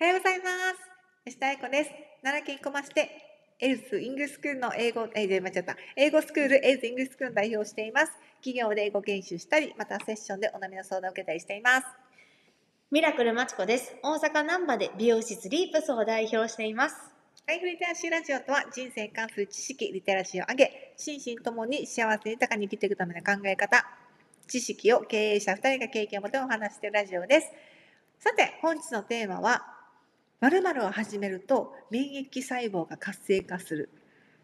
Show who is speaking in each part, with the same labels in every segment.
Speaker 1: おはようございます。吉田愛子です。奈良県生駒市でエルスイングスクールの英語、えー、間違えた。英語スクール、エルスイングスクールの代表をしています。企業で英語研修したり、またセッションでお悩みの相談を受けたりしています。
Speaker 2: ミラクルまちこです。大阪難波で美容室リープスを代表しています。
Speaker 1: ライフリテラシーラジオとは人生に関する知識、リテラシーを上げ、心身ともに幸せ豊かに生きていくための考え方、知識を経営者2人が経験をもとにお話ししているラジオです。さて、本日のテーマは、〇〇を始めると免疫細胞が活性化する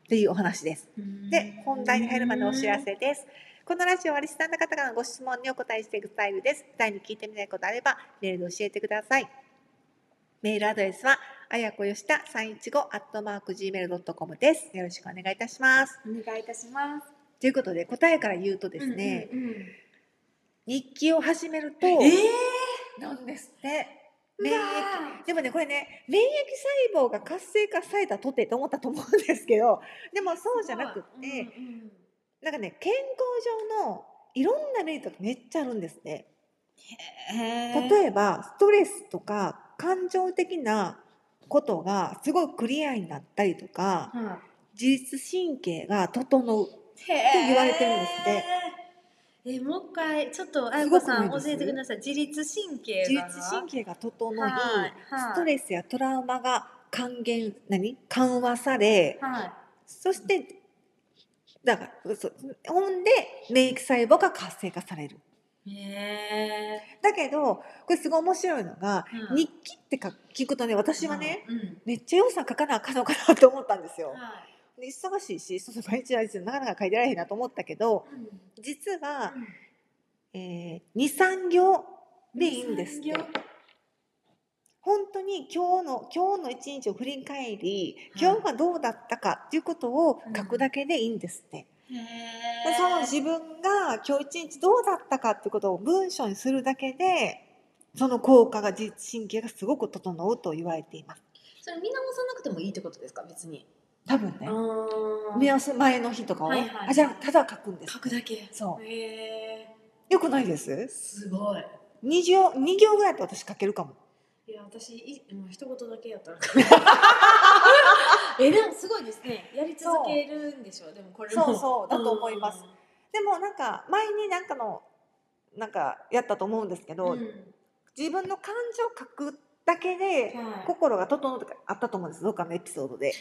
Speaker 1: というお話です。で、本題に入るまでお知ら。せです。このラジオはリスナーの方からのご質問にお答えしていくスタイルです。第に聞いてみたいことあれば、メールで教えてください。メールアドレスは、あやこよした315アットマーク Gmail.com です。よろしくお願いいたします。
Speaker 2: お願いいたします。
Speaker 1: ということで、答えから言うとですね、
Speaker 2: うんうんうん。
Speaker 1: 日記を始めると、
Speaker 2: え
Speaker 1: ー、なんですって。
Speaker 2: ー、
Speaker 1: 免疫
Speaker 2: うわ
Speaker 1: でもね、これね、免疫細胞が活性化されたとてと思ったと思うんですけど、でもそう
Speaker 2: ー
Speaker 1: じゃなくって、
Speaker 2: うんうん
Speaker 1: なんかね、健康上のいろんな例とかめっちゃあるんですね。
Speaker 2: へー
Speaker 1: 例えば、ストレスとか感情的なことがすごいクリアになったりとか、
Speaker 2: は
Speaker 1: 自律神経が整う。
Speaker 2: い、へ
Speaker 1: って言われてるんですって
Speaker 2: えー、もう一回ちょっとあやこ
Speaker 1: ごく
Speaker 2: さん
Speaker 1: 多
Speaker 2: 教
Speaker 1: いです
Speaker 2: えてください。自律神経
Speaker 1: 自
Speaker 2: が
Speaker 1: 律神経が整い、
Speaker 2: はいはい
Speaker 1: ストレスやトラウマが還元、何緩和され、
Speaker 2: はい。
Speaker 1: そして、だから、そうほんで、免疫細胞が活性化される。
Speaker 2: へ
Speaker 1: だけど、これすごい面白いのが、
Speaker 2: うん
Speaker 1: 日記ってか聞くとね、私はね、、
Speaker 2: うんうん
Speaker 1: めっちゃよさん書かなあかんのかなと思ったんですよ。
Speaker 2: は
Speaker 1: で忙しいし、その毎日毎日なかなか書いてられへんなと思ったけど、
Speaker 2: いうん
Speaker 1: 実は、
Speaker 2: うん
Speaker 1: えー、2、3行でいいんですって
Speaker 2: 二三行。
Speaker 1: 本当に今日の、今日の一日を振り返り、
Speaker 2: はい
Speaker 1: 今日がどうだったかっていうことを書くだけでいいんですって。でその
Speaker 2: へ
Speaker 1: 自分が今日一日どうだったかってことを文章にするだけで、その効果が自律神経がすごく整うと言われています。
Speaker 2: ーそれ見直さなくてもいいってことですか別に。
Speaker 1: 多分ね。
Speaker 2: 見
Speaker 1: 見直す前の日とかをね、
Speaker 2: はいはい
Speaker 1: あじゃあただ書くんです
Speaker 2: 書くだけ。
Speaker 1: そう
Speaker 2: へえ
Speaker 1: よくないです
Speaker 2: すごい。
Speaker 1: 2行二行ぐらいだと私書けるかも
Speaker 2: いや私いもう一言だけやったら。 えなんすごいですね。やり続けるんでしょう。でもこれも
Speaker 1: そうそうだと思います。でもなんか前になんかのなんかやったと思うんですけ
Speaker 2: うん
Speaker 1: ど、
Speaker 2: うん
Speaker 1: 自分の感情を書くだけで
Speaker 2: はい
Speaker 1: 心が整うとかあったと思うんですどっかのエピソードで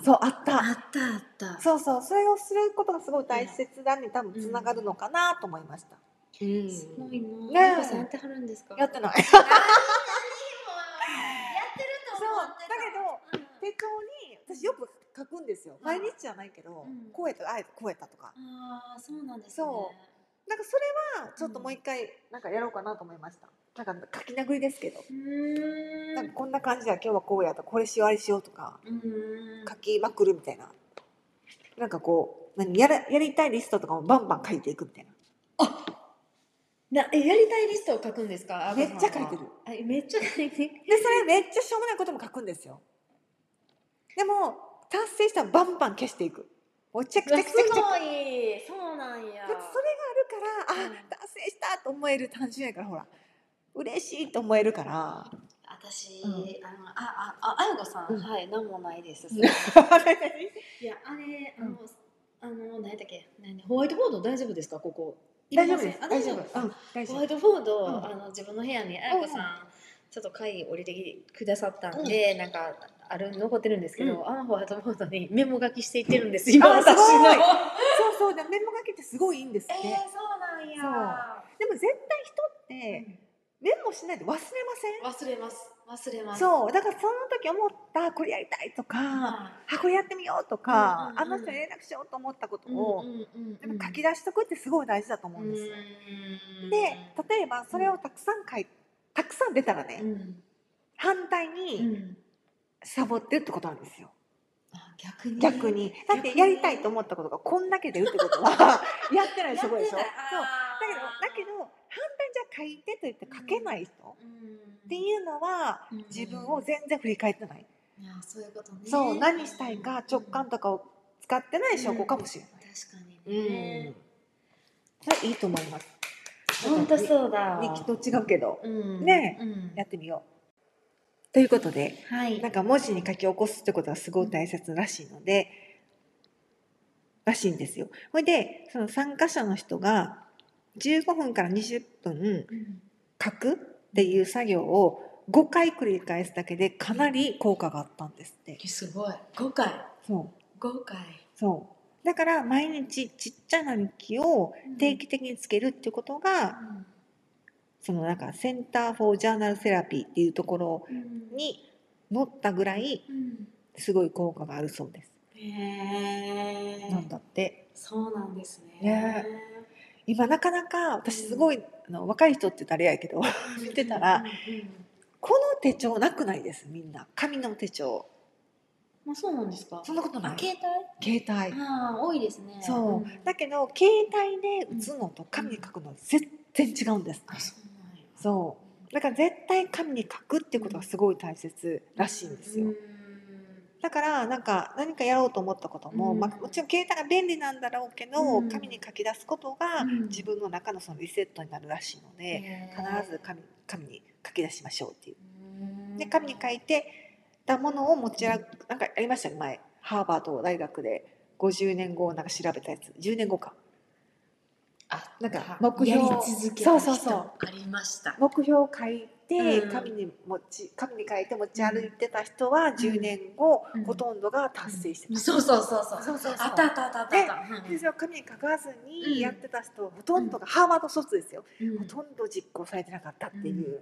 Speaker 2: あ
Speaker 1: そうあっ
Speaker 2: あ
Speaker 1: た
Speaker 2: ったあった。
Speaker 1: そうそうそれをすることがすごい大切だに多分つながるのかなと思いました、うん
Speaker 2: すごいな。
Speaker 1: ねえ
Speaker 2: ねえ。さんやってはるんですか。
Speaker 1: やってない
Speaker 2: 何もやってると思って
Speaker 1: そ
Speaker 2: た。
Speaker 1: う手帳に私よく書くんですよ毎日じゃないけど、
Speaker 2: うん
Speaker 1: こうやったあえてこうやったとか
Speaker 2: ああそうなんですね。
Speaker 1: そなんかそれはちょっともう一回なんかやろうかなと思いました。なんか書き殴りですけど、
Speaker 2: うーん。
Speaker 1: なんかこんな感じだ今日はこうやったこれしようあれしようとか
Speaker 2: うーん
Speaker 1: 書きまくるみたいな。なんかこう何やらやりたいリストとかもバンバン書いていくみたいな。
Speaker 2: なえやりたいリストを書くんですか
Speaker 1: めっちゃ書いてる。
Speaker 2: あめっちゃ書いてる
Speaker 1: でそれめっちゃしょうもないことも書くんですよ。でも達成したらバンバン消していく。もうチェック
Speaker 2: う
Speaker 1: チ
Speaker 2: わ
Speaker 1: ェッ
Speaker 2: す
Speaker 1: クチェックチェック。
Speaker 2: ごいそうなんや
Speaker 1: だってそれがあるから
Speaker 2: う
Speaker 1: あ
Speaker 2: ん
Speaker 1: 達成したと思える単純やからほら嬉しいと思えるから。
Speaker 2: 私、
Speaker 1: うん
Speaker 2: あのああああやごさん、
Speaker 1: うん
Speaker 2: はいなんもないです
Speaker 1: うん
Speaker 2: いや
Speaker 1: 大
Speaker 2: あれあ
Speaker 1: う
Speaker 2: の、
Speaker 1: ん
Speaker 2: あの何だっけ何ホワイトボード大丈夫ですかここ
Speaker 1: 丈夫です。
Speaker 2: あ
Speaker 1: 大
Speaker 2: 大
Speaker 1: 丈
Speaker 2: 丈
Speaker 1: 夫。
Speaker 2: 夫、
Speaker 1: うん大丈
Speaker 2: ホ
Speaker 1: 夫
Speaker 2: ワイ。トボード、
Speaker 1: うん
Speaker 2: あの自分の部屋にあやこさん、
Speaker 1: うん
Speaker 2: ちょっと会降りてきてくださったんで、なんかある残ってるんですけど、あのホワイトボードにメモ書きしていってるんです今
Speaker 1: あすごい
Speaker 2: 私 の。
Speaker 1: そうそうでもメモ書きってすごいいいんですって、
Speaker 2: そう
Speaker 1: でも絶対人ってメモしないで忘れませ
Speaker 2: 忘れます忘れま
Speaker 1: ん
Speaker 2: す
Speaker 1: そうだからその時思ったこれやりたいとか、
Speaker 2: は
Speaker 1: あこれやってみようとか、
Speaker 2: うんうんうん
Speaker 1: あの人に連絡しようと思ったこと
Speaker 2: いうん
Speaker 1: を、
Speaker 2: うんうん
Speaker 1: やっぱ書き出しとくってすごい大事だと思うんですよ、
Speaker 2: うん
Speaker 1: で例えばそれをたくさん書いたくさん出たらね、
Speaker 2: うん
Speaker 1: 反対
Speaker 2: う
Speaker 1: に
Speaker 2: ん
Speaker 1: サボってるってことなんですよ
Speaker 2: あ逆に
Speaker 1: 逆にだっ
Speaker 2: 逆
Speaker 1: て
Speaker 2: に
Speaker 1: やりたいと思ったことがこんだけ出るって ことはやってないすごいでしょ
Speaker 2: や
Speaker 1: そ
Speaker 2: っ
Speaker 1: う
Speaker 2: てない
Speaker 1: だけどだけ
Speaker 2: あー
Speaker 1: ど反対じゃ書いてと言って書けない人、
Speaker 2: うん
Speaker 1: っていうのは
Speaker 2: うん
Speaker 1: 自分を全然振り返ってない、
Speaker 2: いやそういうことね
Speaker 1: そう何したいか直感
Speaker 2: うん
Speaker 1: とかを使ってない証拠かもしれない、
Speaker 2: 確か
Speaker 1: うん
Speaker 2: にね
Speaker 1: それいいと思います
Speaker 2: 本当そうだ
Speaker 1: 日記と違うけど
Speaker 2: うん
Speaker 1: ね
Speaker 2: うん
Speaker 1: やってみよということで、
Speaker 2: はい
Speaker 1: なんか文字に書き起こすってことはすごい大切らしいので、らしいんですよ。ほいで、その参加者の人が15分から20分
Speaker 2: うん
Speaker 1: 書くっていう作業を5回繰り返すだけでかなり効果があったんですって。
Speaker 2: すごい5回
Speaker 1: そう、
Speaker 2: 5回
Speaker 1: そう。だから毎日ちっちゃな日記を定期的につけるってことが、そのなんかセンターフォージャーナルセラピーっていうところ
Speaker 2: うん
Speaker 1: に載ったぐらい
Speaker 2: うん
Speaker 1: すごい効果があるそうです。
Speaker 2: へえ
Speaker 1: なんだって。
Speaker 2: そうなんですね
Speaker 1: ね今なかなか私すごい、あの若い人って言ったらあれやけど見てたら
Speaker 2: うんうん
Speaker 1: この手帳なくないですみんな紙の手帳
Speaker 2: まあそうなんですか
Speaker 1: そんなことない
Speaker 2: 携
Speaker 1: 携帯、
Speaker 2: 帯ああ多いですね
Speaker 1: そう、
Speaker 2: ん
Speaker 1: だけど携帯で打つのと紙に書くのは全然違うんです、
Speaker 2: あそうなんや
Speaker 1: そうだから絶対紙に書くってことがすごい大切らしいんですよ、
Speaker 2: うん
Speaker 1: だからなんか何かやろうと思ったことも、
Speaker 2: うん
Speaker 1: まあ、もちろん携帯が便利なんだろうけど、
Speaker 2: うん
Speaker 1: 紙に書き出すことが
Speaker 2: うん
Speaker 1: 自分の中のそのリセットになるらしいので、
Speaker 2: へ
Speaker 1: 必
Speaker 2: ー
Speaker 1: ず紙紙に書き出しましょうっていう
Speaker 2: うん
Speaker 1: で紙に書いてたものを持ち歩くなんかありましたね前ハーバード大学で50年後をなんか調べたやつ10年後か
Speaker 2: あ
Speaker 1: なんか目標
Speaker 2: やり続けた人
Speaker 1: そうそうそう
Speaker 2: ありました
Speaker 1: 目標を書いて
Speaker 2: うん
Speaker 1: 紙に持ち紙に書いて持ち歩いてた人は10年後、
Speaker 2: うん
Speaker 1: ほとんどが達成してた、
Speaker 2: そうそうそうそう
Speaker 1: そうそうそう
Speaker 2: あったあったあったあったあった
Speaker 1: でそれを紙に書かず
Speaker 2: うん
Speaker 1: にやってた人はほとんどが、ハーバード卒ですよ、
Speaker 2: うん
Speaker 1: ほとんど実行されてなかったっていう、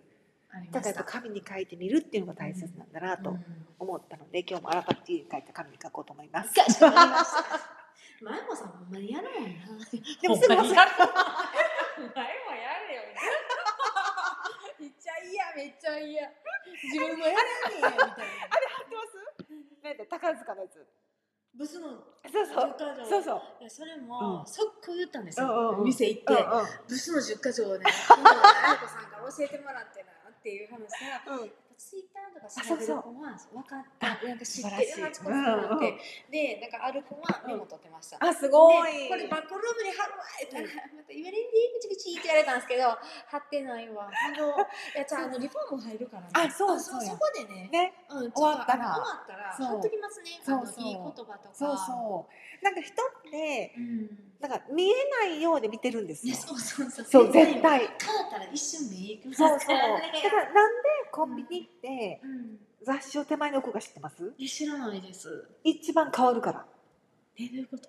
Speaker 2: ありま
Speaker 1: だから
Speaker 2: し
Speaker 1: や
Speaker 2: た
Speaker 1: っぱ紙に書いてみるっていうのが大切なんだな
Speaker 2: う
Speaker 1: と
Speaker 2: ん
Speaker 1: 思ったので、今日も改めて家に帰って紙に書こうと思います。
Speaker 2: かしこまりました前もさんほんまにやらないな
Speaker 1: でもすぐ忘れる
Speaker 2: 前もやれよ めっちゃ嫌めっちゃ嫌自分もやらねえみたいな
Speaker 1: 知ってます？なんだ宝塚のやつ。
Speaker 2: ブスの
Speaker 1: そうそう。
Speaker 2: 10
Speaker 1: そう
Speaker 2: う
Speaker 1: そう。
Speaker 2: それ
Speaker 1: う
Speaker 2: も
Speaker 1: ん
Speaker 2: 速攻言ったんです
Speaker 1: うんうん
Speaker 2: よ
Speaker 1: うん
Speaker 2: 店行っ
Speaker 1: うん
Speaker 2: てブスの10か条 をね昨日愛子さんから教えてもらってなっていう話が
Speaker 1: うんうん。
Speaker 2: ツイッターとか調べる子は分かったなんか知
Speaker 1: 素晴
Speaker 2: ってる
Speaker 1: らしい
Speaker 2: はずこさんなん
Speaker 1: うんう
Speaker 2: てでなんかある子はメモ取ってました
Speaker 1: あす
Speaker 2: でこれバックルームに貼るわって言ったらまた言われんでグチグチって言われたんですけど貼ってないわあのいやじゃああのリフォーム入るからね
Speaker 1: あそうそう
Speaker 2: そ
Speaker 1: や
Speaker 2: そこでね
Speaker 1: ね。
Speaker 2: うん、
Speaker 1: 終わったら
Speaker 2: ちょとあの終わったら
Speaker 1: そう
Speaker 2: 貼っときますね
Speaker 1: そうそう
Speaker 2: あのいい言葉とか
Speaker 1: そうそう。なんか人って
Speaker 2: うん
Speaker 1: なんか見えないようで見てるんです
Speaker 2: いや
Speaker 1: よ。
Speaker 2: そうそうそう
Speaker 1: そう絶対。
Speaker 2: 変わったら一瞬目いきますか
Speaker 1: そ
Speaker 2: ら
Speaker 1: うそう。だからなんでコンビニって
Speaker 2: うん
Speaker 1: 雑誌を手前の子が知ってます？
Speaker 2: いや知らないです
Speaker 1: 一番変わるから。
Speaker 2: えどういうこと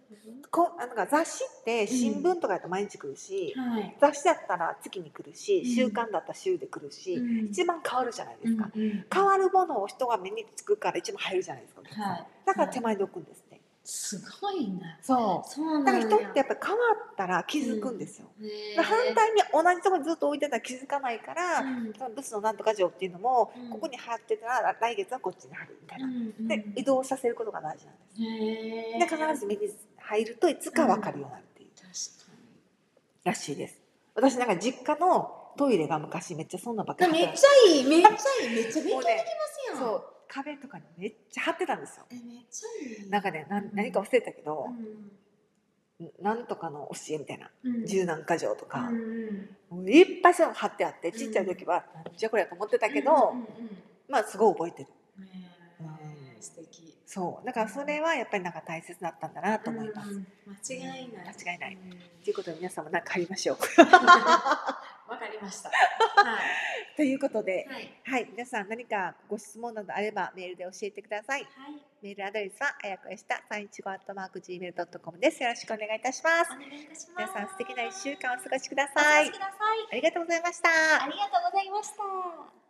Speaker 1: こあなんか雑誌って新聞とかやと毎日来るし、
Speaker 2: はい
Speaker 1: 雑誌だったら月に来るし、
Speaker 2: うん
Speaker 1: 週刊だったら週で来るし、一番変わるじゃないですか。
Speaker 2: うんうん
Speaker 1: 変わるものを人が目につくから一番入るじゃないですか、
Speaker 2: はい
Speaker 1: だから手前で置くんですね、
Speaker 2: すごいな
Speaker 1: そ
Speaker 2: そう
Speaker 1: うだ
Speaker 2: な
Speaker 1: か
Speaker 2: ん
Speaker 1: ら
Speaker 2: や
Speaker 1: 人ってやっぱり変わったら気づくんですよ、
Speaker 2: へー
Speaker 1: だから反対に同じところにずっと置いてたら気づかないから、
Speaker 2: うん
Speaker 1: そのブスのなんとか条っていうのも、
Speaker 2: うん
Speaker 1: ここに貼ってたら来月はこっちに貼るみたいな、で移動させることが大事なんです、
Speaker 2: へー
Speaker 1: で必ず目に入るといつか分かるようになるっていう、
Speaker 2: 確かに
Speaker 1: らしいです私なんか実家のトイレが昔めっちゃそんなばっか
Speaker 2: だ
Speaker 1: り
Speaker 2: め
Speaker 1: 貼
Speaker 2: っ
Speaker 1: って
Speaker 2: ちゃいいめっちゃいいめっちゃ勉強
Speaker 1: もう
Speaker 2: でき
Speaker 1: ね
Speaker 2: ますやん、
Speaker 1: そう壁とかにめっちゃ貼ってたんですよ
Speaker 2: えめっちゃいい
Speaker 1: なんかねな
Speaker 2: うん
Speaker 1: ん何か忘れたけど、
Speaker 2: うん
Speaker 1: なんとかの教えみたいな
Speaker 2: うん
Speaker 1: 十何箇条とか
Speaker 2: うん、うん
Speaker 1: もういっぱいそういうの貼ってあってちっちゃい時はなんじゃこれやと思ってたけど、
Speaker 2: うんうんうん
Speaker 1: まあすごい覚えてる
Speaker 2: ねえ
Speaker 1: うん
Speaker 2: 素敵
Speaker 1: そうだからそれはやっぱりなんか大切だったんだなと思います。
Speaker 2: うん間違いない
Speaker 1: 間違いない
Speaker 2: うん
Speaker 1: ということで皆様なんかありましょう。
Speaker 2: わかりましたは
Speaker 1: ということ
Speaker 2: い
Speaker 1: で、
Speaker 2: はい
Speaker 1: はい、皆さん何かご質問などあればメールで教えてください。
Speaker 2: はい
Speaker 1: メールアドレスはあやこやした三一五アットマーク gmail ドットコムです。よろしくお願いいたします。
Speaker 2: お願いいたしま
Speaker 1: 皆
Speaker 2: す
Speaker 1: さん素敵な一週間お過ごしくだ
Speaker 2: お過
Speaker 1: さ
Speaker 2: ご
Speaker 1: い
Speaker 2: しく。ださい
Speaker 1: ありがとうございました。
Speaker 2: ありがとうございました